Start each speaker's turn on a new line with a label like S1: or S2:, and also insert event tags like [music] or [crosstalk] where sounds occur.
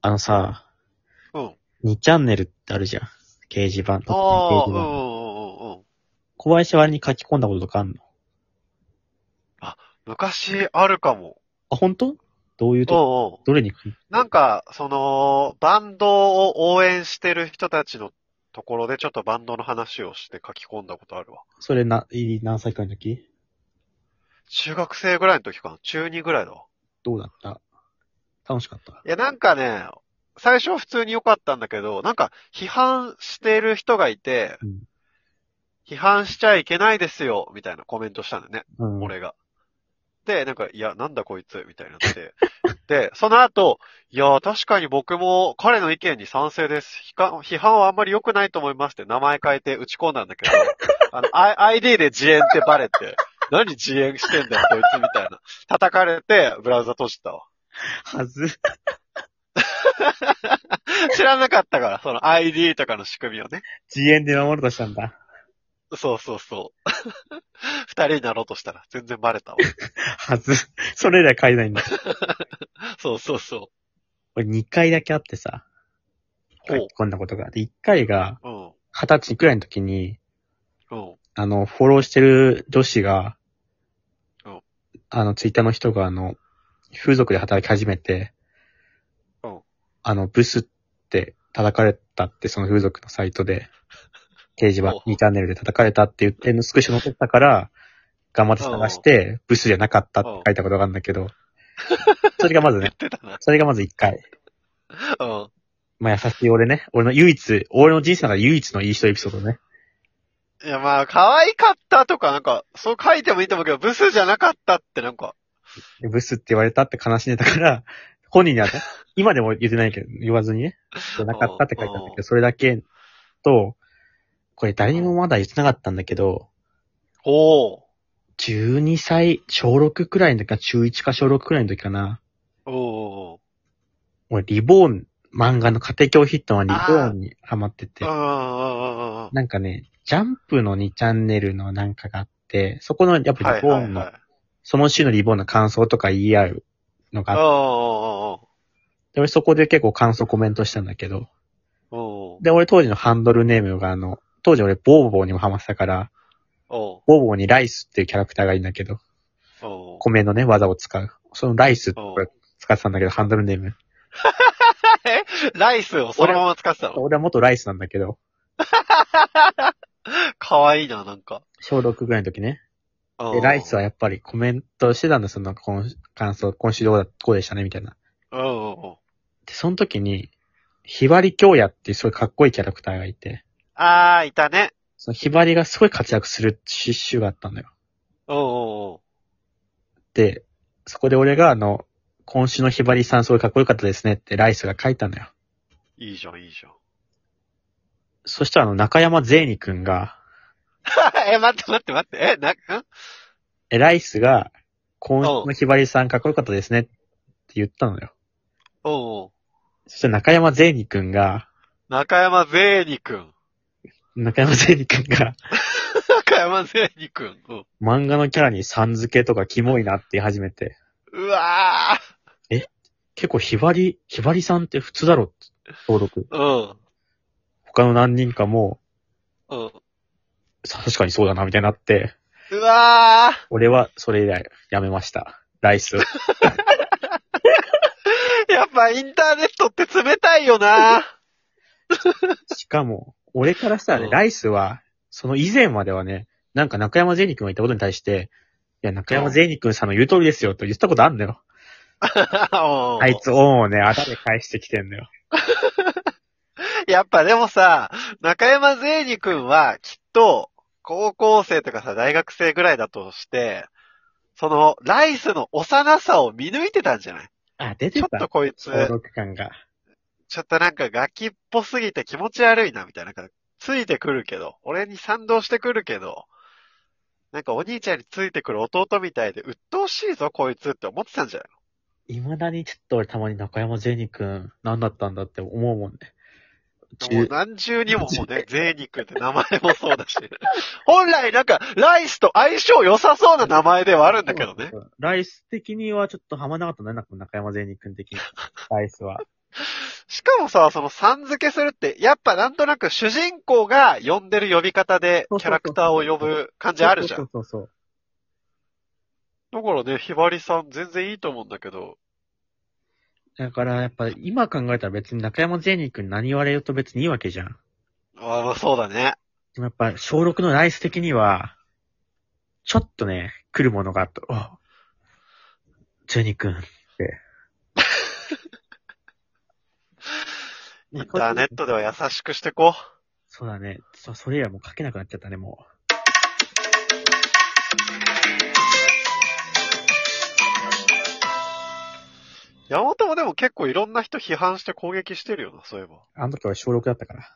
S1: あのさ、
S2: うん。
S1: 2チャンネルってあるじゃん。掲示板。
S2: あ
S1: 掲
S2: あ、
S1: 示
S2: うんうん
S1: 板
S2: うんうんうん。
S1: 小林割に書き込んだこととかあんの
S2: 昔あるかも。
S1: あ、本当？どういう
S2: うん
S1: と、
S2: うん。
S1: どれに書き
S2: なんか、その、バンドを応援してる人たちのところでちょっとバンドの話をして書き込んだことあるわ。
S1: それな、い何歳かの時
S2: 中学生ぐらいの時かな中2ぐらいだわ。
S1: どうだった楽しかった。
S2: いや、なんかね、最初は普通に良かったんだけど、なんか批判してる人がいて、
S1: うん
S2: 批判しちゃいけないですよ、みたいなコメントしたんだよね。
S1: うん。
S2: 俺が。で、なんか、いや、なんだこいつ、みたいになって。で、その後、いや、確かに僕も彼の意見に賛成です。批判批判はあんまり良くないと思いますって名前変えて打ち込んだんだけど、あの、I- ID で自演ってバレて、何自演してんだよ、こいつみたいな。叩かれて、ブラウザ閉じたわ。
S1: はず。
S2: 知らなかったから、その ID とかの仕組みをね。
S1: 自演で守るとしたんだ。
S2: そうそうそう。二人になろうとしたら、全然バレたわ。
S1: はず。それ以来書いてないんだ。
S2: そうそうそ
S1: 俺2回だけあってさ、
S2: ほ
S1: 書
S2: う
S1: き込んだことが。で、1回が、
S2: う。うん。
S1: 20歳くらいの時に、
S2: うん。
S1: あの、フォローしてる女子が
S2: うん、
S1: あの、ツイッターの人が、あの、風俗で働き始めて
S2: うん、
S1: あの、ブスって叩かれたって、その風俗のサイトで、掲示板
S2: おう
S1: 2チャンネルで叩かれたって言って、スクショ残ったから、頑張って探して、ブスじゃなかったって書いたことがあるんだけど、それがまず
S2: 言
S1: ね
S2: っ、てたな。
S1: それがまず1回。
S2: うん。
S1: まあ、優しい俺ね。俺の唯一、俺の人生の中で唯一のいい人エピソードね。
S2: いや、まあ、可愛かったとか、なんか、そう書いてもいいと思うけど、ブスじゃなかったって、なんか、
S1: でブスって言われたって悲しんでたから、 [laughs] 本人には
S2: [laughs]
S1: ね、今でも言ってないけど、言わずにね、じゃなかったって書いてあるんだけ
S2: うん
S1: ど、それだけと、これ誰にもまだ言ってなかったんだけど、
S2: おー、
S1: 12歳、小6くらいの時か、中1か小6くらいの時かな、
S2: おー、
S1: 俺、リボーン、漫画の家庭教師ヒットはリボーンにハマってて
S2: うん、、うん、うん、うん。
S1: なんかね、ジャンプの2チャンネルのなんかがあって、そこの、やっぱ
S2: は
S1: リ
S2: い、
S1: ボー
S2: はい、
S1: ンの、
S2: はい。
S1: その週のリボーンの感想とか言い合うのがあって、
S2: お
S1: で俺そこで結構感想コメントしたんだけど、
S2: ー、おー、おー、おー、
S1: で、俺当時のハンドルネームがあの、当時俺ボーボーにもハマってたから、
S2: おー、
S1: ボーボーにライスっていうキャラクターがいいんだけど、
S2: おー。
S1: 米のね、技を使う。そのライスって俺使ってたんだけど、ハンドルネーム。
S2: ライスをそのまま使ってたの。
S1: 俺は元ライスなんだけど、
S2: 可愛いな、なんか。
S1: 小6ぐらいの時ね。
S2: うん
S1: で、ライスは、やっぱりコメントしてたんだよ、その今感想、今週どうだ、こうでしたね、みたいな。
S2: うん、うん、うん。
S1: で、その時に、ひばり京也っていうすごいかっこいいキャラクターがいて、
S2: あー、いたね。
S1: そのひばりがすごい活躍する詩集があったんだよ。
S2: おー、お
S1: で、そこで俺があの、今週のひばりさんすごいかっこよかったですねってライスが書いたのよ。
S2: ー、いいじゃん、いい [laughs] じゃん。
S1: そしたらあの、中山ゼーニ君が、
S2: え、待って、待って、待って。え、な、ん
S1: え、ライスが、今週のひばりさんかっこよかったですねって言ったのよ。
S2: おー、
S1: そしたら中山ゼーニ君が、
S2: 中山ゼーニくん。
S1: 中山ゼーニ君が、
S2: [laughs] 中山ゼーニくん。うん。
S1: 漫画のキャラにさん付けとかキモいなって言い始めて、
S2: うわ
S1: 結構ひばり、ひばりさんって普通だろって登録。
S2: ー。
S1: 他の何人かも、
S2: うん。うん。
S1: さ確かにそうだなみたいになって、
S2: うわ
S1: 俺はそれ以来やめました。ライスを。
S2: ーやっぱインターネットって冷たいよな
S1: [laughs] しかも、俺からしたらね、
S2: うん
S1: ライスは、その以前まではね、なんか中山ゼニ君が言ったことに対して、いや、中山ゼニ君さんの言う通りですよと言ったことあんだよ。あい。つオンをね、あたで返してきてんだよ。
S2: やっぱでもさ、中山ゼーニ君はきっと、高校生とかさ、大学生ぐらいだとして、その、ライスの幼さを見抜いてたんじゃない
S1: あ、出て
S2: ちょったと。こいつ、
S1: 登録感が。
S2: ちょっとなんかガキっぽすぎて気持ち悪いな、みたいな。なんかついてくるけど、俺に賛同してくるけど、なんかお兄ちゃんについてくる弟みたいで、鬱陶しいぞ、こいつって思ってたんじゃない
S1: 未だにちょっと俺たまに中山ゼニ君、何だったんだって思うもんね。
S2: もう何重にももう
S1: [laughs]
S2: ね、ゼーニ君って名前もそうだし。 [laughs] 本来なんか、ライスと相性良さそうな名前ではあるんだけどね。。 [laughs]
S1: ライス的にはちょっとハマんなかったね、なんか中山ゼニ君的に。ライスは。
S2: しかもさ、そのさん付けするって、やっぱなんとなく主人公が呼んでる呼び方で
S1: そう
S2: キ
S1: そ
S2: ャ
S1: うそう
S2: ラクターを呼ぶ感じあるじゃ
S1: そ
S2: ん。
S1: うそうそう
S2: だからね、ひばりさん全然いいと思うんだけど。
S1: そう。だから、やっぱ今考えたら別に中山ゼニ君に何言われると別にいいわけじゃん。
S2: ああ、まあそうだね。
S1: でもやっぱ小6のライス的には、ちょっとね、来るものがあった。あ、ゼニ君って。
S2: [laughs] インターネットでは優しくしてこ
S1: そうだね。そ、それ以来もう書けなくなっちゃったね、もう。
S2: う。山本もでも結構いろんな人批判して攻撃してるよな、そういえば。
S1: あの時は小6だったから。